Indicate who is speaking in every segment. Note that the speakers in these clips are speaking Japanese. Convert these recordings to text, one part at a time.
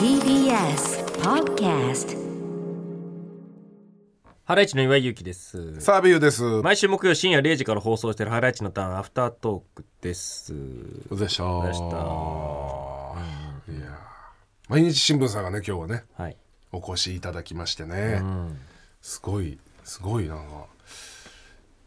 Speaker 1: TBS Podcast
Speaker 2: ハライチの岩井ゆきです。
Speaker 3: サービューです。お
Speaker 2: 毎週木曜深夜0時から放送しているハライチのターンアフタートークです。
Speaker 3: 疲れ様でした。
Speaker 2: でした
Speaker 3: いやー毎日新聞さんがね今日はね
Speaker 2: はい。
Speaker 3: お越しいただきましてね、すごいすごいなんか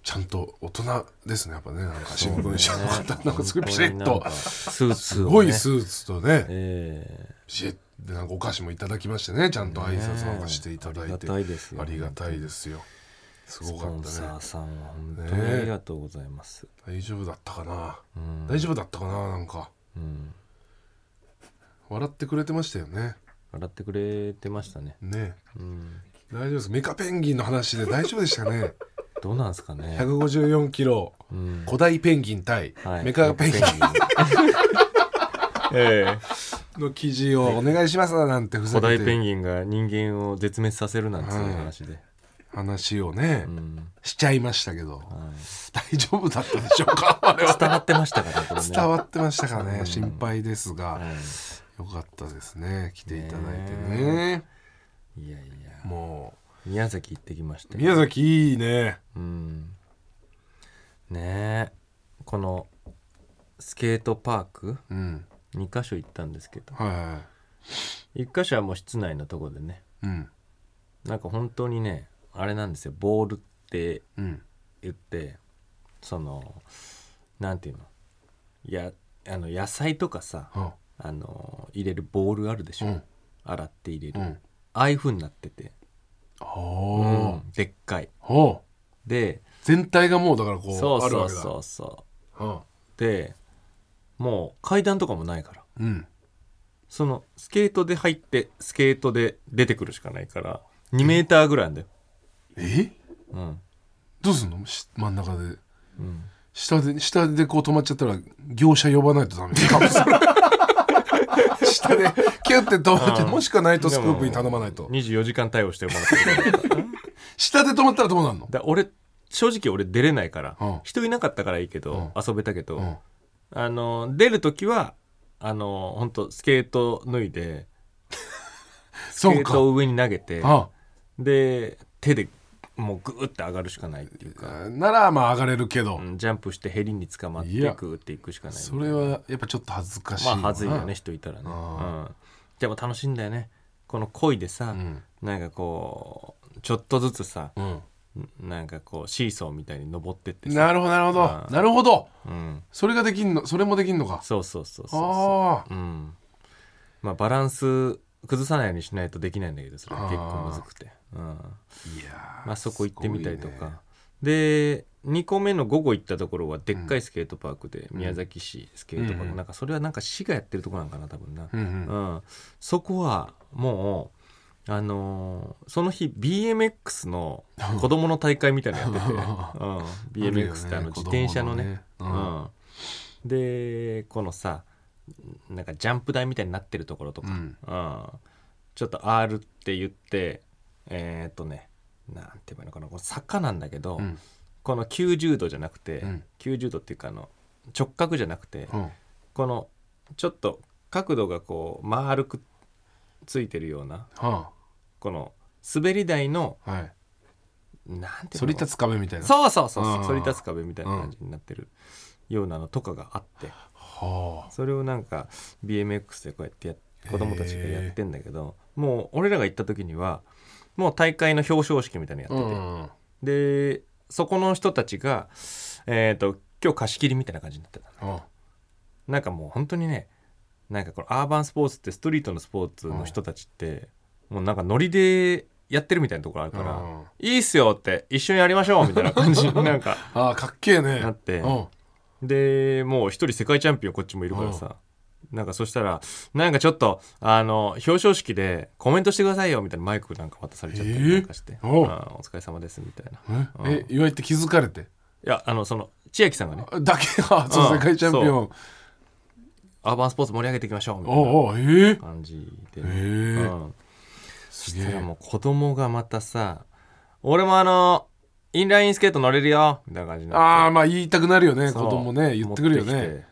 Speaker 3: ちゃんと大人ですねやっぱねなんか新聞社の方、なんかすごいピシッ
Speaker 2: なん
Speaker 3: と
Speaker 2: かスーツ
Speaker 3: す
Speaker 2: を、
Speaker 3: ご
Speaker 2: ね。
Speaker 3: いスーツとね、
Speaker 2: え
Speaker 3: ピシッでなんかお菓子もいただきましてねちゃんと挨拶なんかしていただいて、
Speaker 2: ねえありがたいですよ
Speaker 3: ありがたいですよす
Speaker 2: ー、ス
Speaker 3: ご
Speaker 2: ポ
Speaker 3: かっ
Speaker 2: ンサ
Speaker 3: たね
Speaker 2: ーさんは本当にありがとうございます。
Speaker 3: 大丈夫だったかな、
Speaker 2: うん
Speaker 3: 大丈夫だったかななんか
Speaker 2: うん。
Speaker 3: 笑ってくれてましたよね
Speaker 2: 笑ってくれてましたね。
Speaker 3: ね
Speaker 2: うん。
Speaker 3: 大丈夫ですメカペンギンの話で大丈夫で したね
Speaker 2: どうなんですかね。
Speaker 3: 154キロ
Speaker 2: うん。
Speaker 3: 古代ペンギン対
Speaker 2: はい
Speaker 3: メカペンギ
Speaker 2: ええ
Speaker 3: ンの記事をお願いしますなんてふざ
Speaker 2: 古
Speaker 3: け
Speaker 2: 代ペン
Speaker 3: て
Speaker 2: ギンが人間を絶滅させるなんていう話で。
Speaker 3: 話をね
Speaker 2: うん。
Speaker 3: しちゃいましたけど
Speaker 2: はい。
Speaker 3: 大丈夫だったでしょうか あれは
Speaker 2: 伝わってましたかね、これね。
Speaker 3: 伝わってましたからね心配です
Speaker 2: は
Speaker 3: が
Speaker 2: い
Speaker 3: よかったですね来ていただいてね
Speaker 2: ねいやいや。
Speaker 3: も
Speaker 2: 宮崎行ってきまし
Speaker 3: う
Speaker 2: て。
Speaker 3: 宮崎いいね
Speaker 2: うんねえこのスケートパーク
Speaker 3: うん
Speaker 2: 2か所行ったんですけど
Speaker 3: はいは
Speaker 2: 1か所はもう室内のとこでね
Speaker 3: いうん
Speaker 2: なんか本当にねあれなんですよボールって
Speaker 3: うん
Speaker 2: 言ってそのなんていうのいやあの野菜とかさ
Speaker 3: あ
Speaker 2: あの入れるボールあるでしょ、
Speaker 3: うん
Speaker 2: 洗って入れ
Speaker 3: う
Speaker 2: る、
Speaker 3: ん
Speaker 2: ああいう風になってて、
Speaker 3: あ
Speaker 2: う
Speaker 3: ー
Speaker 2: んでっかい
Speaker 3: ほう
Speaker 2: で
Speaker 3: 全体がもうだからこう
Speaker 2: そう
Speaker 3: ある
Speaker 2: そ
Speaker 3: わ
Speaker 2: う
Speaker 3: けだ
Speaker 2: そうそう
Speaker 3: うん
Speaker 2: でもう階段とかもないから
Speaker 3: うん、
Speaker 2: そのスケートで入ってスケートで出てくるしかないから2メーターぐらいなんだよ、
Speaker 3: え
Speaker 2: うん
Speaker 3: どうすんのし真ん中で
Speaker 2: うん、
Speaker 3: 下で下でこう止まっちゃったら業者呼ばない とダメ多分それ下でキュッて止まっちゃ
Speaker 2: う
Speaker 3: うんもしくはナイトスクープに頼まないと
Speaker 2: 24時間対応してもらってるから
Speaker 3: 下で止まったらどうなんの
Speaker 2: だ俺正直俺出れないから、
Speaker 3: うん
Speaker 2: 人いなかったからいいけど、
Speaker 3: う
Speaker 2: 遊べたけど、
Speaker 3: うん
Speaker 2: あの出る時はあの本当スケート脱いでス
Speaker 3: そ
Speaker 2: ケ
Speaker 3: う
Speaker 2: ー
Speaker 3: か
Speaker 2: トを上に投げて
Speaker 3: あ
Speaker 2: で手でもうグーって上がるしかないっていうか、
Speaker 3: ならまあ上がれるけど、
Speaker 2: うんジャンプしてヘリに捕まって
Speaker 3: い
Speaker 2: グ
Speaker 3: や
Speaker 2: ーっていくしかない
Speaker 3: それはやっぱちょっと恥ずかしい
Speaker 2: ま
Speaker 3: よ
Speaker 2: あ
Speaker 3: な
Speaker 2: はずいよね人いたらね、
Speaker 3: あ
Speaker 2: うん、でも楽しいんだよねこの恋でさ、
Speaker 3: うん
Speaker 2: なんかこうちょっとずつさ
Speaker 3: うん
Speaker 2: なんかこうシーソーみたいに登ってってさ、
Speaker 3: なるほどなるほ
Speaker 2: あ
Speaker 3: ど
Speaker 2: あ
Speaker 3: なるほど
Speaker 2: うん、
Speaker 3: それができんのそれもできんのか
Speaker 2: そうそうそうそ
Speaker 3: ああ
Speaker 2: うそう、うんまあ、バランス崩さないようにしないとできないんだけどそれは結構むずくて、うん
Speaker 3: いやー
Speaker 2: まあ、そこ行ってみたりと
Speaker 3: すごいね
Speaker 2: か、で2個目の午後行ったところはでっかいスケートパークで、
Speaker 3: ん
Speaker 2: 宮崎市スケートパーク、
Speaker 3: うん
Speaker 2: なんかそれはなんか市がやってるとこなんかな多分な、
Speaker 3: うんう
Speaker 2: う
Speaker 3: ん
Speaker 2: ん、そこはもう、あのーその日 BMX の子供の大会みたいなのやってて、う ん、BMX ってあの自転車のね
Speaker 3: あるよね子供のね
Speaker 2: うん、でこのさなんかジャンプ台みたいになってるところとか、
Speaker 3: うん
Speaker 2: うんちょっと R って言ってえー、っとねなんて言えばいいのかなこの坂なんだけど、
Speaker 3: うん
Speaker 2: この90度じゃなくて、
Speaker 3: うん
Speaker 2: 90度っていうかあの直角じゃなくて、
Speaker 3: うん
Speaker 2: このちょっと角度がこう丸くついてるような
Speaker 3: は
Speaker 2: この滑り台の
Speaker 3: あはい
Speaker 2: なんていうの
Speaker 3: 反り立つ壁みたいな
Speaker 2: そうそうそうそう
Speaker 3: うん
Speaker 2: 反り立つ壁みたいな感じになってるようなのとかがあって
Speaker 3: は
Speaker 2: それをなんか BMX でこうやってやっ子供たちがやってんだけどもう俺らが行った時にはもう大会の表彰式みたいな
Speaker 3: あ
Speaker 2: のやってて、
Speaker 3: ん
Speaker 2: でそこの人たちがえっ、と今日貸し切りみたいな感じになってた
Speaker 3: あ
Speaker 2: なんかもう本当にねなんかこれアーバンスポーツってストリートのスポーツの人たちって、もうなんかノリでやってるみたいなところあるから、
Speaker 3: うん
Speaker 2: いいっすよって一緒にやりましょうみたいな感じなんか
Speaker 3: ああかっけえね
Speaker 2: なって
Speaker 3: うん
Speaker 2: でもう一人世界チャンピオンこっちもいるからさ、なんかそしたらなんかちょっとあの表彰式でコメントしてくださいよみたいなマイクなんか渡されちゃった
Speaker 3: えー
Speaker 2: りなんかして、
Speaker 3: おう
Speaker 2: あーお疲れ様ですみたいなうん
Speaker 3: え岩井って気づかれて
Speaker 2: いやあのその千秋さんがね
Speaker 3: あだけがそう
Speaker 2: うん
Speaker 3: 世界チャンピオン
Speaker 2: アーバンスポーツ盛り上げていきましょうみたいな
Speaker 3: おうおうええ
Speaker 2: 感じで、
Speaker 3: ええ
Speaker 2: うん
Speaker 3: す
Speaker 2: そ
Speaker 3: げ
Speaker 2: したら
Speaker 3: え
Speaker 2: もう子供がまたさ「俺もあのインラインスケート乗れるよ」みたいな感じになって
Speaker 3: ああまあ言いたくなるよね
Speaker 2: そう
Speaker 3: 子供ね言ってくるよ
Speaker 2: 持っ
Speaker 3: ね
Speaker 2: てきて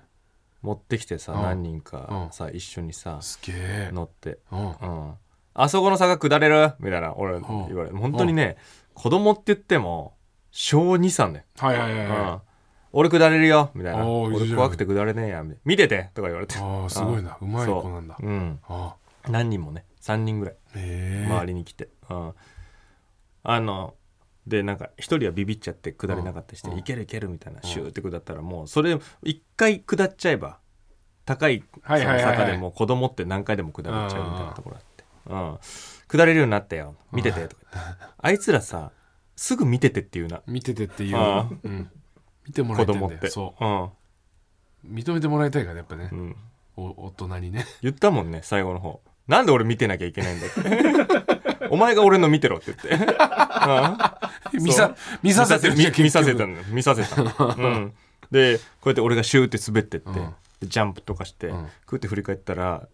Speaker 2: 持ってきてさ、
Speaker 3: うん
Speaker 2: 何人かさ、一緒にさ
Speaker 3: すげえ
Speaker 2: 乗って、
Speaker 3: うん
Speaker 2: うん、あそこの坂下れるみたいな俺言われて本当にね、子供って言っても小23ね、
Speaker 3: はいはいは
Speaker 2: う
Speaker 3: い
Speaker 2: ん
Speaker 3: は
Speaker 2: 俺下れるよみたいな
Speaker 3: おーいい
Speaker 2: 俺
Speaker 3: じゃん
Speaker 2: 怖くて下れねえやみたいな見ててとか言われて
Speaker 3: いああすごいなうまい
Speaker 2: そう
Speaker 3: 子なんだ
Speaker 2: うん、
Speaker 3: あ
Speaker 2: 何人もね3人ぐらい
Speaker 3: へ
Speaker 2: 周りに来て、うん、あのでなんか一人はビビっちゃって下れなかったりして「
Speaker 3: うん
Speaker 2: いけるいける」みたいなシューって下ったらもうそれ一回下っちゃえば高いそ
Speaker 3: は
Speaker 2: の
Speaker 3: いはいはいはい
Speaker 2: 坂でも子供って何回でも下れちゃうみたいなところあって「うん、下れるようになったよ見てて」とか言ってあいつらさすぐ見ててっていうな
Speaker 3: え見ててっていう
Speaker 2: ああ
Speaker 3: うん見ても
Speaker 2: 子
Speaker 3: らいたいん
Speaker 2: 供っ
Speaker 3: だ
Speaker 2: て、
Speaker 3: よそうう認めてもらいたいからやっぱね
Speaker 2: んうん、
Speaker 3: お大人にね
Speaker 2: 言ったもんね最後の方なんで俺見てなきゃいけないんだって お前が俺の見てろって言ってうん
Speaker 3: 見さ見させてるじゃん
Speaker 2: 見見させ
Speaker 3: 結
Speaker 2: た
Speaker 3: 局
Speaker 2: んだよ見させた の、うん、でこうやって俺がシューって滑ってって、
Speaker 3: うん
Speaker 2: でジャンプとかして、
Speaker 3: うん
Speaker 2: クーって振り返ったら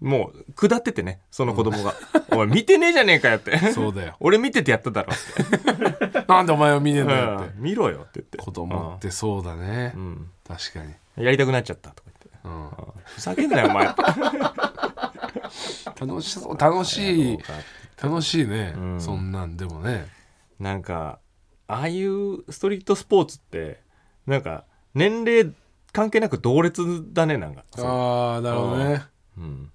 Speaker 2: もう下っててねその子供が 「おい見てねえじゃねえかよ」って
Speaker 3: そうだよ
Speaker 2: 俺見ててやっただろ」って
Speaker 3: なんでお前を見ねえんだよっ
Speaker 2: う
Speaker 3: て
Speaker 2: ん見ろよ」って言って
Speaker 3: 子供ってそうだね
Speaker 2: うんうん
Speaker 3: 確かに
Speaker 2: やりたくなっちゃった」とか言って
Speaker 3: うん
Speaker 2: うん「ふざけんなよ お前」
Speaker 3: 楽しそう楽しい楽しいね
Speaker 2: うん
Speaker 3: そんなんでもね
Speaker 2: なんかああいうストリートスポーツってなんか年齢関係なく同列だねなんか
Speaker 3: ああなるほどね
Speaker 2: うん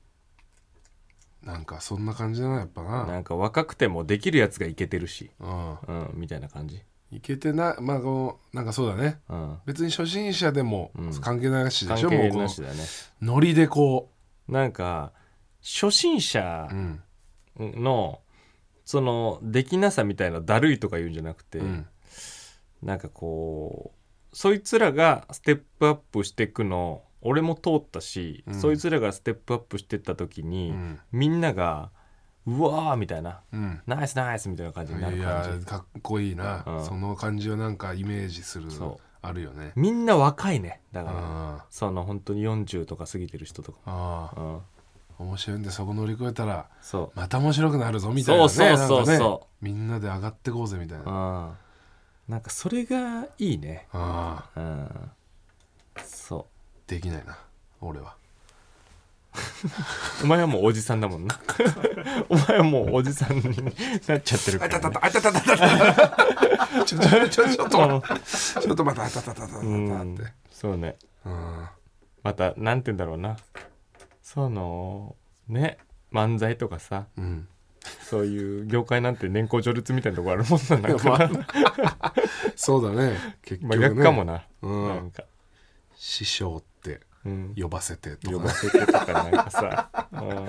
Speaker 3: なんかそんな感じだなやっぱな
Speaker 2: なんか若くてもできるやつがいけてるし、
Speaker 3: うん
Speaker 2: うん、みたいな感じ。
Speaker 3: いけてないまあこのなんかそうだね
Speaker 2: うん、
Speaker 3: 別に初心者でも
Speaker 2: うん
Speaker 3: 関係なしで
Speaker 2: 関
Speaker 3: しょ、も
Speaker 2: 係
Speaker 3: うこ
Speaker 2: な
Speaker 3: の
Speaker 2: しだね。
Speaker 3: ノリでこ
Speaker 2: なんか初心者
Speaker 3: う、うん
Speaker 2: の、そのできなさみたいなだるいとか言うんじゃなくて、
Speaker 3: うん
Speaker 2: なんかこうそいつらがステップアップしていくの俺も通ったし、
Speaker 3: うん
Speaker 2: そいつらがステップアップしてった時に、
Speaker 3: うん
Speaker 2: みんなが「うわー」みたいな
Speaker 3: うん
Speaker 2: 「ナイスナイス」みたいな感じになる
Speaker 3: い
Speaker 2: 感
Speaker 3: や
Speaker 2: じ。
Speaker 3: かっこいいな、
Speaker 2: うん
Speaker 3: その感じをなんかイメージする
Speaker 2: そ
Speaker 3: あるよね
Speaker 2: みんな若いねだから、
Speaker 3: あ
Speaker 2: その本当に40とか過ぎてる人とか
Speaker 3: ーあー
Speaker 2: も、うん、
Speaker 3: 面白いんでそこ乗り越えたら
Speaker 2: そう
Speaker 3: また面白くなるぞみたいな、ね、
Speaker 2: そうそうそうそう
Speaker 3: なんかねみんなで上がってこうぜみたいな、あ
Speaker 2: あーなんかそれがいいね
Speaker 3: あ
Speaker 2: うんそ
Speaker 3: ーできないな俺は
Speaker 2: うお前はもうおじさんだもんな お前はもうおじさんになっちゃってる
Speaker 3: あ
Speaker 2: か
Speaker 3: いた
Speaker 2: ら、
Speaker 3: た
Speaker 2: ね、
Speaker 3: たあいたたたたたちょちょちょちょっと待ってちょっと待ってあいたたたたたたって
Speaker 2: うんそうね
Speaker 3: うん
Speaker 2: またなんて言うんだろうなそのね漫才とかさ
Speaker 3: うん
Speaker 2: そういう業界なんて年功序列みたいなとこあるもんなんだから
Speaker 3: そうだね結局
Speaker 2: 真
Speaker 3: ね
Speaker 2: 逆かもな、
Speaker 3: うん
Speaker 2: なんか、
Speaker 3: 師匠って
Speaker 2: うん、
Speaker 3: 呼ばせてと
Speaker 2: 呼ば
Speaker 3: か
Speaker 2: せてとかなんかさ、うん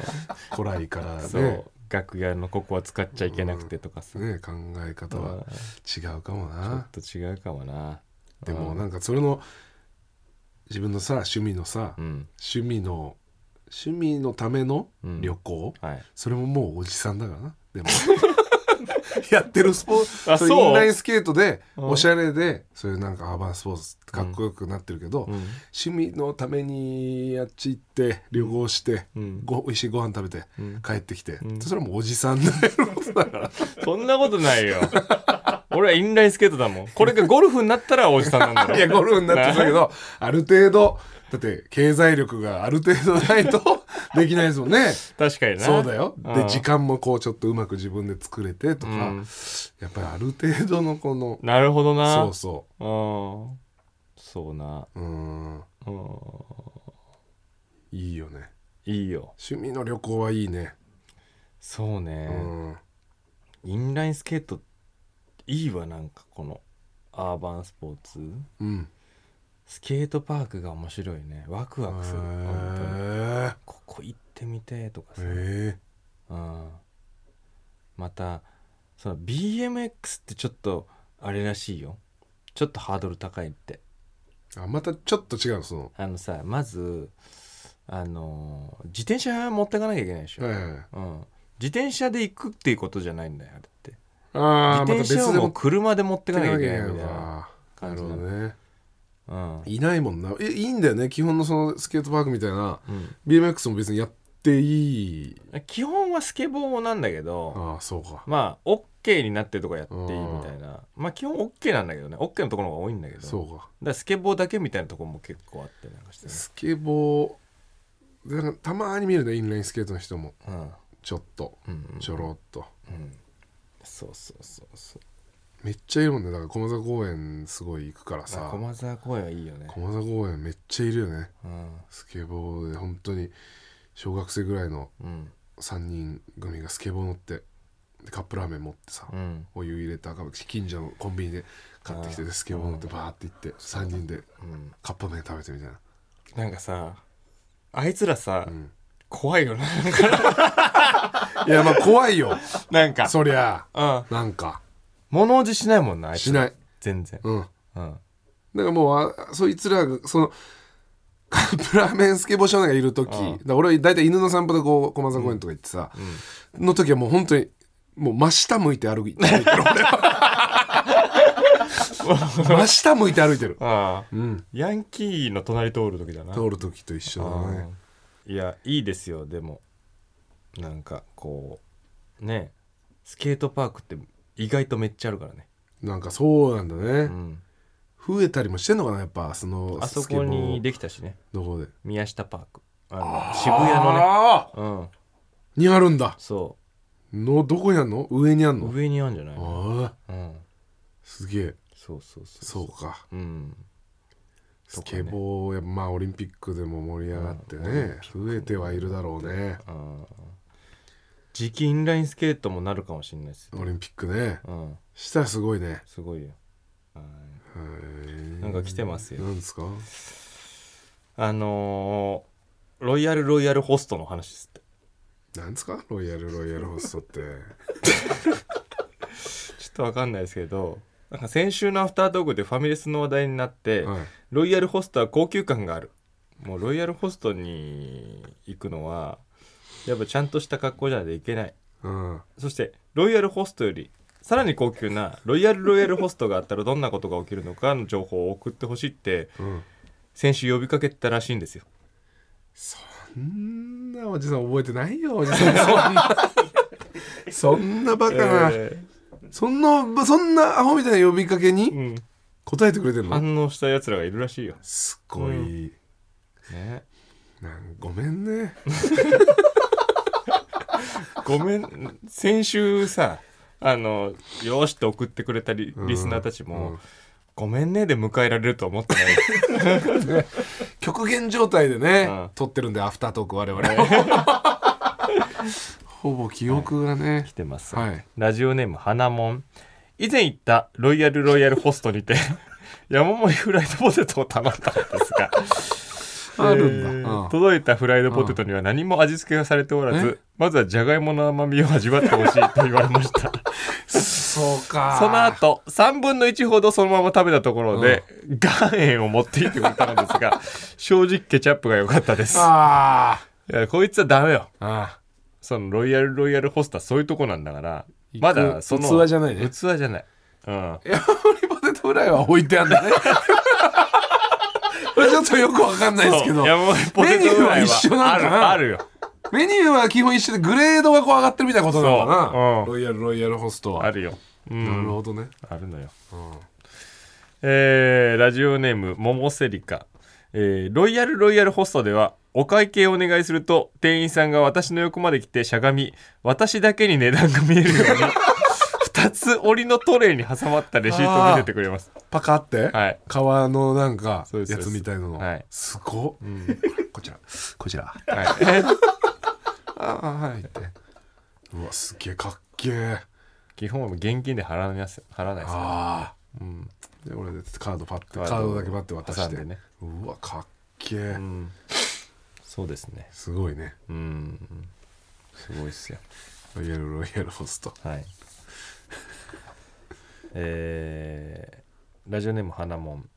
Speaker 3: 古来からね
Speaker 2: そう、楽屋のここは使っちゃいけなくてとかさ、
Speaker 3: ね考え方は違うかもな
Speaker 2: ちょっと違うかもな
Speaker 3: でも
Speaker 2: な
Speaker 3: なんかそれの自分のさ趣味のさ、
Speaker 2: うん
Speaker 3: 趣味の趣味のための旅行、
Speaker 2: はい
Speaker 3: それももうおじさんだからな でもやってるスポー
Speaker 2: あ
Speaker 3: ツそ
Speaker 2: そう
Speaker 3: うインラインスケートで
Speaker 2: うん
Speaker 3: おしゃれでそういうなんかアーバンスポーツかっこよくなってるけど、
Speaker 2: うん
Speaker 3: 趣味のためにあっち行って旅行して、
Speaker 2: うん
Speaker 3: ご美味しいご飯食べて、
Speaker 2: うん
Speaker 3: 帰ってきて、
Speaker 2: ん
Speaker 3: それはもうおじさんだよ
Speaker 2: そんなことないよ俺はインラインスケートだもんこれがゴルフになったらおじさんなんだろ
Speaker 3: いやゴルフになってたけどある程度だって経済力がある程度ないと できないですもんね
Speaker 2: 確かにな
Speaker 3: そうだよ
Speaker 2: うん
Speaker 3: で時間もこうちょっとうまく自分で作れてとか、
Speaker 2: うん
Speaker 3: やっぱりある程度のこの
Speaker 2: なるほどな
Speaker 3: そうそ
Speaker 2: うんそうな
Speaker 3: ううん
Speaker 2: うん
Speaker 3: いいよね
Speaker 2: いいよ
Speaker 3: 趣味の旅行はいいね
Speaker 2: そう
Speaker 3: う
Speaker 2: ね、
Speaker 3: ん
Speaker 2: インラインスケートいいわなんかこのアーバンスポーツ
Speaker 3: うん
Speaker 2: スケートパークが面白いねワクワクする本当に
Speaker 3: へ
Speaker 2: ここ行ってみてえとかさ、
Speaker 3: え
Speaker 2: うん、またその BMX ってちょっとあれらしいよちょっとハードル高いって
Speaker 3: あまたちょっと違うのその
Speaker 2: あのさまずあのー自転車持ってかなきゃいけないでしょ、
Speaker 3: はいはいはい
Speaker 2: うん、自転車で行くっていうことじゃないんだよあれって
Speaker 3: あ
Speaker 2: 自
Speaker 3: あまた
Speaker 2: 転
Speaker 3: 別で
Speaker 2: 車をもう
Speaker 3: も
Speaker 2: 車で持って
Speaker 3: て
Speaker 2: か
Speaker 3: か
Speaker 2: な
Speaker 3: な
Speaker 2: き
Speaker 3: き
Speaker 2: ゃ
Speaker 3: ゃ
Speaker 2: い
Speaker 3: い
Speaker 2: けなみ
Speaker 3: けないいの
Speaker 2: たいな、
Speaker 3: か
Speaker 2: 感
Speaker 3: な
Speaker 2: じ
Speaker 3: る
Speaker 2: な
Speaker 3: ほ
Speaker 2: の
Speaker 3: どね
Speaker 2: うん
Speaker 3: いないもんなえいいんだよね基本のそのスケートパークみたいな
Speaker 2: うん
Speaker 3: BMX も別にやってっていい
Speaker 2: 基本はスケボーなんだけど、
Speaker 3: ああそうか
Speaker 2: まあ OK になってるとこやっていいみたいな、まあ基本 OK なんだけどね OK のところが多いんだけど
Speaker 3: そうか
Speaker 2: だからスケボーだけみたいなところも結構あってなんかしてね、
Speaker 3: スケボーなんかたまに見るねインラインスケートの人も
Speaker 2: うん
Speaker 3: ちょっと
Speaker 2: うんうん
Speaker 3: ちょろっと、
Speaker 2: うん、そうそうそうそう
Speaker 3: めっちゃいるもんねだから駒沢公園すごい行くから
Speaker 2: まあ
Speaker 3: さ
Speaker 2: 駒沢公園はいいよね、
Speaker 3: 駒沢公園めっちゃいるよね
Speaker 2: うん
Speaker 3: スケボーで本当に小学生ぐらいの
Speaker 2: うん
Speaker 3: 3人組がスケボー乗ってでカップラーメン持ってさ、
Speaker 2: うん、
Speaker 3: お湯入れた近所のコンビニで買ってきて
Speaker 2: あ
Speaker 3: でスケボー乗ってバーって行って3人で
Speaker 2: うん、
Speaker 3: カップ麺食べてみたいな、
Speaker 2: なんかさあいつらさ、
Speaker 3: うん
Speaker 2: 怖いよねなんか
Speaker 3: いやまあ怖いよ
Speaker 2: なんか
Speaker 3: そりゃ
Speaker 2: うん
Speaker 3: なんか
Speaker 2: 物おじしないもんなあいつ
Speaker 3: し
Speaker 2: ら
Speaker 3: ない
Speaker 2: 全然
Speaker 3: う
Speaker 2: う
Speaker 3: ん
Speaker 2: ん
Speaker 3: だからもうあそいつらがそのカップラーメンスケボー少年がいる時だから俺は大体犬の散歩でこう駒沢公園とか行ってさ、の時はもう本当にもう真下向いて歩いて る俺は真下向いて歩いてる、
Speaker 2: ああ
Speaker 3: うん、
Speaker 2: ヤンキーの隣通る時だな
Speaker 3: 通る時と一緒だね
Speaker 2: うんいやいいですよでもなんかこうねスケートパークって意外とめっちゃあるからね、
Speaker 3: なんかそうなんだ
Speaker 2: う
Speaker 3: ね、
Speaker 2: ん、
Speaker 3: 増えたりもしてんのかなやっぱその
Speaker 2: あそこにできたしね
Speaker 3: どこで
Speaker 2: 宮下パークあの渋谷のね
Speaker 3: ああ
Speaker 2: うん
Speaker 3: にあるんだ
Speaker 2: そ
Speaker 3: のどこにあんの上にあん
Speaker 2: う
Speaker 3: の
Speaker 2: 上にあるんじゃない
Speaker 3: ああ
Speaker 2: うん
Speaker 3: すげえ
Speaker 2: そうそうそう
Speaker 3: そうか
Speaker 2: うん
Speaker 3: スケボーやっぱまあオリンピックでも盛り上がってね、増えてはいるだろうね
Speaker 2: うん時期インラインスケートもなるかもしれないですよ
Speaker 3: オリンピックね
Speaker 2: うん
Speaker 3: したらすごいね
Speaker 2: すごいよはい
Speaker 3: へえ
Speaker 2: なんか来てますよ
Speaker 3: なんですか
Speaker 2: あのーロイヤルロイヤルホストの話ですって
Speaker 3: なんですかロイヤルロイヤルホストって
Speaker 2: ちょっとわかんないですけどなんか先週のアフタートークでファミレスの話題になって、
Speaker 3: はい
Speaker 2: ロイヤルホストは高級感があるもうロイヤルホストに行くのはやっぱちゃんとした格好じゃないといけない
Speaker 3: うん
Speaker 2: そしてロイヤルホストよりさらに高級なロイヤルロイヤルホストがあったらどんなことが起きるのかの情報を送ってほしいって
Speaker 3: うん
Speaker 2: 先週呼びかけてたらしいんですよ
Speaker 3: そんなおじさん覚えてないよお じさんそんなそんなバカな、
Speaker 2: え
Speaker 3: そんなそんなアホみたいな呼びかけ
Speaker 2: ー
Speaker 3: に
Speaker 2: うん
Speaker 3: 答えてくれてるの、
Speaker 2: 反応したやつらがいるらしいよ、
Speaker 3: すごい、
Speaker 2: ね、
Speaker 3: なんごめんね
Speaker 2: ごめん先週さあの「よーし」って送ってくれたリリスナーたちも「
Speaker 3: うん
Speaker 2: ごめんね」で迎えられると思ってない
Speaker 3: 極限状態でね、
Speaker 2: うん
Speaker 3: 撮ってるんでアフタートーク我々 ほぼ記憶がね、
Speaker 2: 来てます、
Speaker 3: はい
Speaker 2: ラジオネーム花もん以前行ったロイヤルロイヤルホスト にて山盛りフライドポテトを頼んだんですが
Speaker 3: あるんだ、
Speaker 2: えー
Speaker 3: うん
Speaker 2: 届いたフライドポテトには何も味付けがされておらずまずはじゃがいもの甘みを味わってほしいと言われました
Speaker 3: そうか
Speaker 2: その後3分の1ほどそのまま食べたところで、岩塩を持って行ってくれたのですが 正直ケチャップが良かったです
Speaker 3: あ
Speaker 2: いやこいつはダメよ
Speaker 3: ーあ
Speaker 2: そのロイヤルロイヤルホスターそういうとこなんだから
Speaker 3: 行く
Speaker 2: まだその
Speaker 3: 器じゃないね
Speaker 2: 器じゃないうん
Speaker 3: ー山盛りポテトフライは置いてあんだね これちょっとよくわかんないですけど
Speaker 2: そう山盛りポテトフライ
Speaker 3: メニューは一緒な
Speaker 2: は
Speaker 3: ん
Speaker 2: あ
Speaker 3: だ
Speaker 2: る
Speaker 3: な
Speaker 2: あるよ
Speaker 3: メニューは基本一緒でグレードがこう上がってるみたいなことなのかな、
Speaker 2: そううん
Speaker 3: ロイヤルロイヤルホストは
Speaker 2: あるよ、うん
Speaker 3: なるほどね、
Speaker 2: あるのよ
Speaker 3: うん
Speaker 2: えーラジオネームももセリカ、えーロイヤルロイヤルホストではお会計をお願いすると店員さんが私の横まで来てしゃがみ私だけに値段が見えるよう に二つ折りのトレイに挟まったレシートを見せてくれます
Speaker 3: パカって、
Speaker 2: はい
Speaker 3: 皮のなんか
Speaker 2: そう
Speaker 3: や
Speaker 2: です
Speaker 3: つみたいなの
Speaker 2: はい
Speaker 3: すごっ、こちらこちら
Speaker 2: はい
Speaker 3: ああはいってうわすげえかっけえ
Speaker 2: 基本は現金で払わないです払わないです
Speaker 3: ああうんで俺でカードパッてカードだけパッて渡
Speaker 2: 挟
Speaker 3: し
Speaker 2: ん
Speaker 3: て、
Speaker 2: でね
Speaker 3: うわかっけえ、
Speaker 2: うんそうですね
Speaker 3: すごいね
Speaker 2: うんすごいっすよ
Speaker 3: ロイヤルロイヤルホスト
Speaker 2: はい えーラジオネーム花もん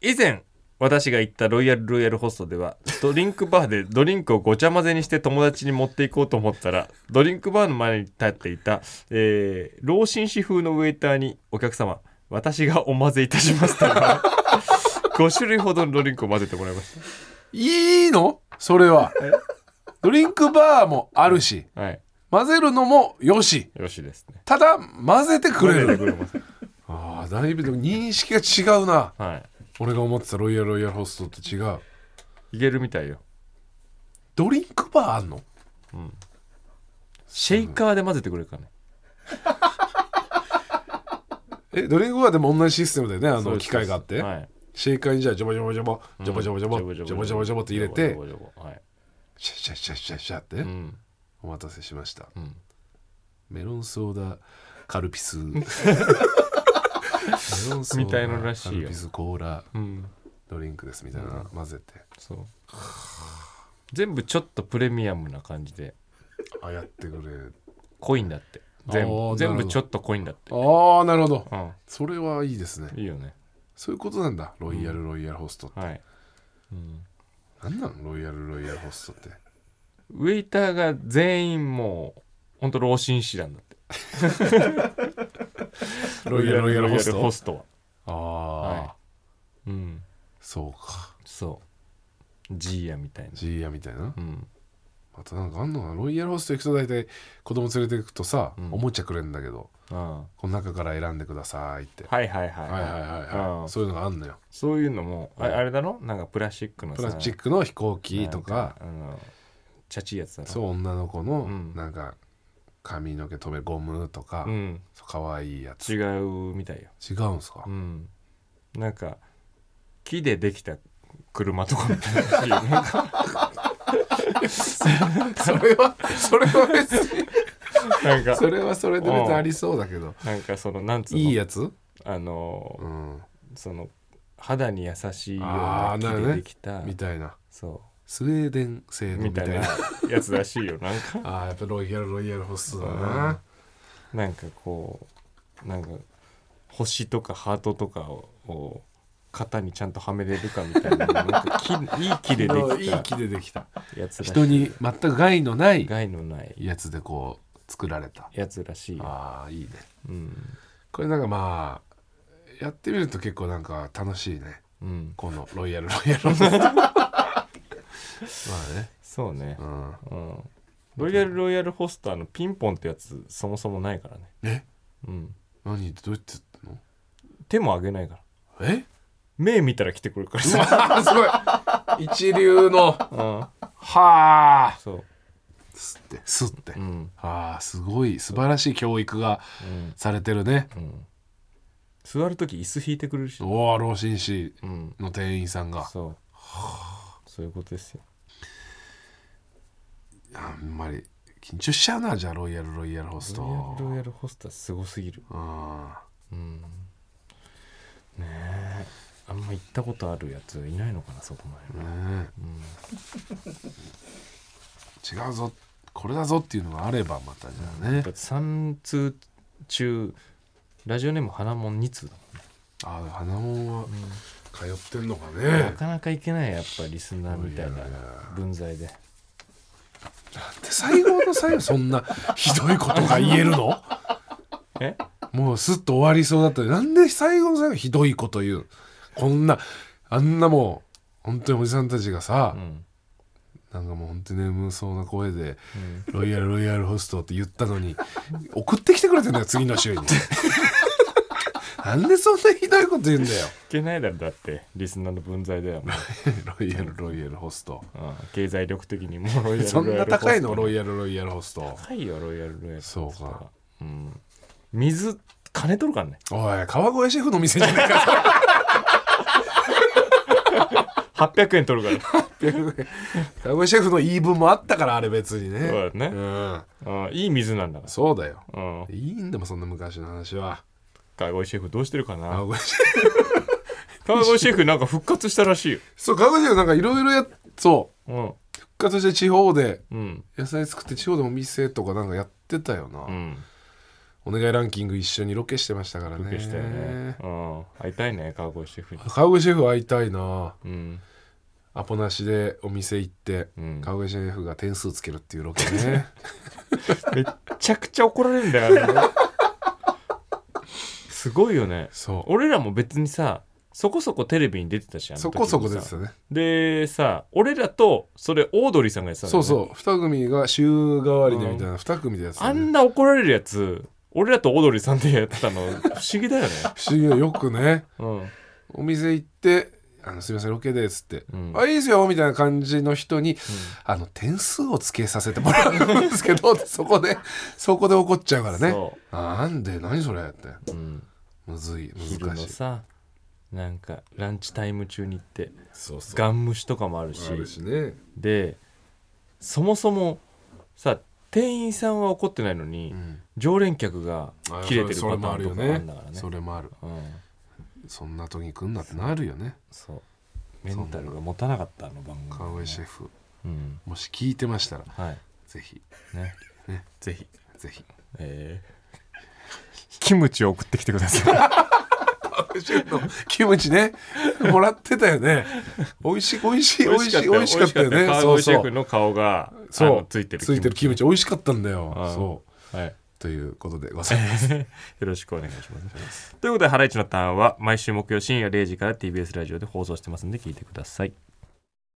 Speaker 2: 以前私が行ったロイヤルロイヤルホストではドリンクバーでドリンクをごちゃ混ぜにして友達に持っていこうと思ったらドリンクバーの前に立っていた、えー老紳士風のウェイターにお客様私がお混ぜいたしました が5種類ほどのドリンクを混ぜてもらいました
Speaker 3: いいのそれはドリンクバーもあるし
Speaker 2: はい
Speaker 3: 混ぜるのもよし
Speaker 2: よしですね
Speaker 3: ただ混ぜてくれ
Speaker 2: 出て
Speaker 3: る
Speaker 2: くれます
Speaker 3: ああだいぶでも認識が違うな
Speaker 2: は
Speaker 3: 俺が思ってたロイヤルロイヤルホストと違う
Speaker 2: いいけるみたいよ
Speaker 3: ドリンクバーあんの
Speaker 2: シェイカーで混ぜてくれるからね
Speaker 3: えドリンクバーでも同じシステムだよねあ
Speaker 2: そう
Speaker 3: の
Speaker 2: です
Speaker 3: 機械があって、
Speaker 2: はい
Speaker 3: シェイカーにじゃあジョボジョボジョボ
Speaker 2: うん
Speaker 3: ジョボジョボジョボジョボジョボジョボって入れ
Speaker 2: ジョ
Speaker 3: て
Speaker 2: ボジョボジョボはい
Speaker 3: シャシャシャシャシャって、
Speaker 2: うん
Speaker 3: お待たせしました
Speaker 2: うん
Speaker 3: メロンソーダカルピ スメロンソ
Speaker 2: みたいのらしいよ
Speaker 3: カルピスコーラ
Speaker 2: うん
Speaker 3: ドリンクですみたいな、混ぜて
Speaker 2: そう全部ちょっとプレミアムな感じで
Speaker 3: あやってくれ
Speaker 2: 濃いんだって全
Speaker 3: あーなるほ
Speaker 2: 部
Speaker 3: ど
Speaker 2: 全部ちょっと濃いんだって
Speaker 3: ああなるほど
Speaker 2: うん
Speaker 3: それはいいですね
Speaker 2: いいよね
Speaker 3: そういうことなんだロイヤルロイヤルホストって、
Speaker 2: はい、うん、
Speaker 3: なん、なのロイヤルロイヤルホストって
Speaker 2: ウェイターが全員もうほんと老紳士なんだって
Speaker 3: ロイヤルロイヤルホスト
Speaker 2: ロイヤルホストは
Speaker 3: ああ、
Speaker 2: はうん
Speaker 3: そうか
Speaker 2: そうジーヤみたいな
Speaker 3: ジーヤみたいな
Speaker 2: うん
Speaker 3: またなんかあんのかなロイヤルホスト行くと大体子供連れて行くとさ、
Speaker 2: うん
Speaker 3: おもちゃくれるんだけど
Speaker 2: あ
Speaker 3: この中から選んでくださいって、
Speaker 2: あはいはいはい
Speaker 3: はい、はいはいはい
Speaker 2: うん
Speaker 3: そういうのがあんのよ
Speaker 2: そういうのもああれだろなんかプラスチックのさ
Speaker 3: プラスチックの飛行機とか
Speaker 2: なんあのチャチいやつだろ
Speaker 3: そう女の子の
Speaker 2: うん
Speaker 3: なんか髪の毛留めゴムとか、
Speaker 2: ん
Speaker 3: そう可愛いやつ
Speaker 2: 違うみたいよ
Speaker 3: 違うんすか、
Speaker 2: うん なんか木でできた車とかみたいな 感じよなんか
Speaker 3: それはそれは別に
Speaker 2: なんか
Speaker 3: それはそれで別にありそうだけど
Speaker 2: なんかそのなんつうの
Speaker 3: いいやつ、
Speaker 2: あの
Speaker 3: う、ん、
Speaker 2: その肌に優しいよう
Speaker 3: あ
Speaker 2: な
Speaker 3: ー
Speaker 2: 木
Speaker 3: なるほ
Speaker 2: で
Speaker 3: どね
Speaker 2: できた、
Speaker 3: みたいな
Speaker 2: そ
Speaker 3: スウェーデン製
Speaker 2: う
Speaker 3: のみ
Speaker 2: み
Speaker 3: た
Speaker 2: た
Speaker 3: い
Speaker 2: い
Speaker 3: な
Speaker 2: なやつらしいよなんか
Speaker 3: ああやっぱロイヤルロイヤルホストだな、
Speaker 2: なんかこうなんか星とかハートとかをを肩にちゃんとはめれるかみたいななんか木いい木でで
Speaker 3: い
Speaker 2: き
Speaker 3: い
Speaker 2: た
Speaker 3: 木でできた
Speaker 2: やつらしい
Speaker 3: 人に全く害のない
Speaker 2: 害のない
Speaker 3: やつでこう作られた
Speaker 2: やつらしいよ、
Speaker 3: ああいいね
Speaker 2: うん
Speaker 3: これなんかまあやってみると結構なんか楽しいね
Speaker 2: うん、
Speaker 3: このロイヤルロイヤルホ ストまあね
Speaker 2: そうね
Speaker 3: う、ん
Speaker 2: うん、ロイヤルロイヤルホスターのピンポンってやつそもそもないからね、
Speaker 3: え
Speaker 2: うん、
Speaker 3: 何どうやってやったの
Speaker 2: 手も上げないから
Speaker 3: え
Speaker 2: 目見たら来てくるから
Speaker 3: う
Speaker 2: さ、
Speaker 3: わあすごい一流の
Speaker 2: うん、
Speaker 3: はあ
Speaker 2: そう
Speaker 3: すってすって、
Speaker 2: うん
Speaker 3: ああすごい素晴らしい教育が
Speaker 2: うん
Speaker 3: されてるね
Speaker 2: うん座る時椅子引いてくれるし、
Speaker 3: おお老紳士
Speaker 2: うん、
Speaker 3: の店員さんが
Speaker 2: そうそういうことですよ
Speaker 3: あんまり緊張しちゃうなじゃあロイヤルロイヤルホスト
Speaker 2: ロイヤルロイヤルホスターすごすぎる
Speaker 3: うん
Speaker 2: うんねえあんま行ったことあるやついないのかなそこまで、
Speaker 3: ねえ違うぞこれだぞっていうのがあればまたじゃあね
Speaker 2: だって3通中ラジオネーム花門2通だ
Speaker 3: ああ花門は通ってんのか
Speaker 2: もんな
Speaker 3: ね
Speaker 2: かなか行けないやっぱリスナーみたいな分際で
Speaker 3: で最後の最後そんなひどいことが言えるの
Speaker 2: え
Speaker 3: もうすっと終わりそうだったのになんで最後の最後ひどいこと言うこんなあんなもう本当におじさんたちがさ、
Speaker 2: うん
Speaker 3: なんかもう本当に眠そうな声で
Speaker 2: うん
Speaker 3: 「ロイヤルロイヤルホスト」って言ったのに送ってきてくれてんだよ次の週になんでそんなひどいこと言うんだよ
Speaker 2: 行けないだろだってリスナーの分際ではも
Speaker 3: ロイヤルロイヤルホスト
Speaker 2: う、うん、経済力的にもうロイヤル
Speaker 3: そんな高いのロイ
Speaker 2: ヤルホス
Speaker 3: ヤルロイヤルホスト
Speaker 2: ト高いよロイヤルロイヤルホスト
Speaker 3: そうか、
Speaker 2: うん、水金取るからね
Speaker 3: おい川越シェフの店じゃないか
Speaker 2: 800円取るから
Speaker 3: 川越シェフの言い分もあったからあれ別にね
Speaker 2: そうだね
Speaker 3: ん、
Speaker 2: あいい水なんだか
Speaker 3: そうだよ
Speaker 2: ら、うん、
Speaker 3: いいんだもんそんな昔の話は
Speaker 2: 川越シェフどうしてるかな
Speaker 3: 川越シェフ
Speaker 2: 川越シェフなんか復活したらしいよ
Speaker 3: そう川越シェフなんかいろいろやそう
Speaker 2: うん
Speaker 3: 復活して地方で
Speaker 2: うん
Speaker 3: 野菜作って地方でお店とかなんかやってたよな、
Speaker 2: うん
Speaker 3: お願いランキング一緒にロケしてましたからね
Speaker 2: ロケしたよねうん会いたいね川越シェフに
Speaker 3: 川越シェフ会いたいな
Speaker 2: うん
Speaker 3: アポなしでお店行って、
Speaker 2: うん
Speaker 3: 川越シェフが点数つけるっていうロケ ね
Speaker 2: めっちゃくちゃ怒られるん だよあれすごいよね
Speaker 3: そう
Speaker 2: 俺らも別にさそこそこテレビに出てたじゃんあの
Speaker 3: そ
Speaker 2: 時
Speaker 3: こ
Speaker 2: も
Speaker 3: そこですよね
Speaker 2: でさ俺らとそれオードリーさんがやってたんだ
Speaker 3: そ
Speaker 2: よ
Speaker 3: う
Speaker 2: ね
Speaker 3: そう2組が週替わりでみたいな2組でやって
Speaker 2: あ
Speaker 3: たね
Speaker 2: んな怒られるやつ俺らとオードリーさんでやってたの不思議 だよね
Speaker 3: 不思議だよよくね
Speaker 2: うん
Speaker 3: お店行って「あのすみませんロケです」って「
Speaker 2: うん
Speaker 3: あいいですよ」みたいな感じの人に、あの点数をつけさせてもらうんですけ どそこでそこで怒っちゃうからね
Speaker 2: そ
Speaker 3: なんで何それって
Speaker 2: う、うん、
Speaker 3: むずい
Speaker 2: 昼
Speaker 3: 難
Speaker 2: の
Speaker 3: しい
Speaker 2: さなんかランチタイム中に行って
Speaker 3: そうそ
Speaker 2: ガン虫とかもあるし
Speaker 3: あるしね
Speaker 2: でそもそもさ店員さんは怒ってないのに、
Speaker 3: ん
Speaker 2: 常連客が切れてるパターンとかあるんだからね
Speaker 3: それもある
Speaker 2: うん、
Speaker 3: そんな時に来んなってなるよね
Speaker 2: そうメンタルが持たなかったあの番組
Speaker 3: 川越シェフ
Speaker 2: うん
Speaker 3: もし聞いてましたら
Speaker 2: はい
Speaker 3: ぜひ
Speaker 2: ね
Speaker 3: ね
Speaker 2: ぜひ
Speaker 3: ぜひ
Speaker 2: えー、キムチを送ってきてください
Speaker 3: シェフのキムチねもらってたよ ね美味しい美味しい美味しい美味しかったよね
Speaker 2: 川
Speaker 3: そう
Speaker 2: 越シ
Speaker 3: そ
Speaker 2: ェフ
Speaker 3: う
Speaker 2: の顔があ
Speaker 3: そ
Speaker 2: の
Speaker 3: う
Speaker 2: ついてる
Speaker 3: ついてるキムチ美味しかったんだよ
Speaker 2: ああ
Speaker 3: そう
Speaker 2: はい
Speaker 3: ということでございます
Speaker 2: よろしくお願いします。ということで、ハライチのターンは毎週木曜深夜0時から TBS ラジオで放送してますんで聞いてください。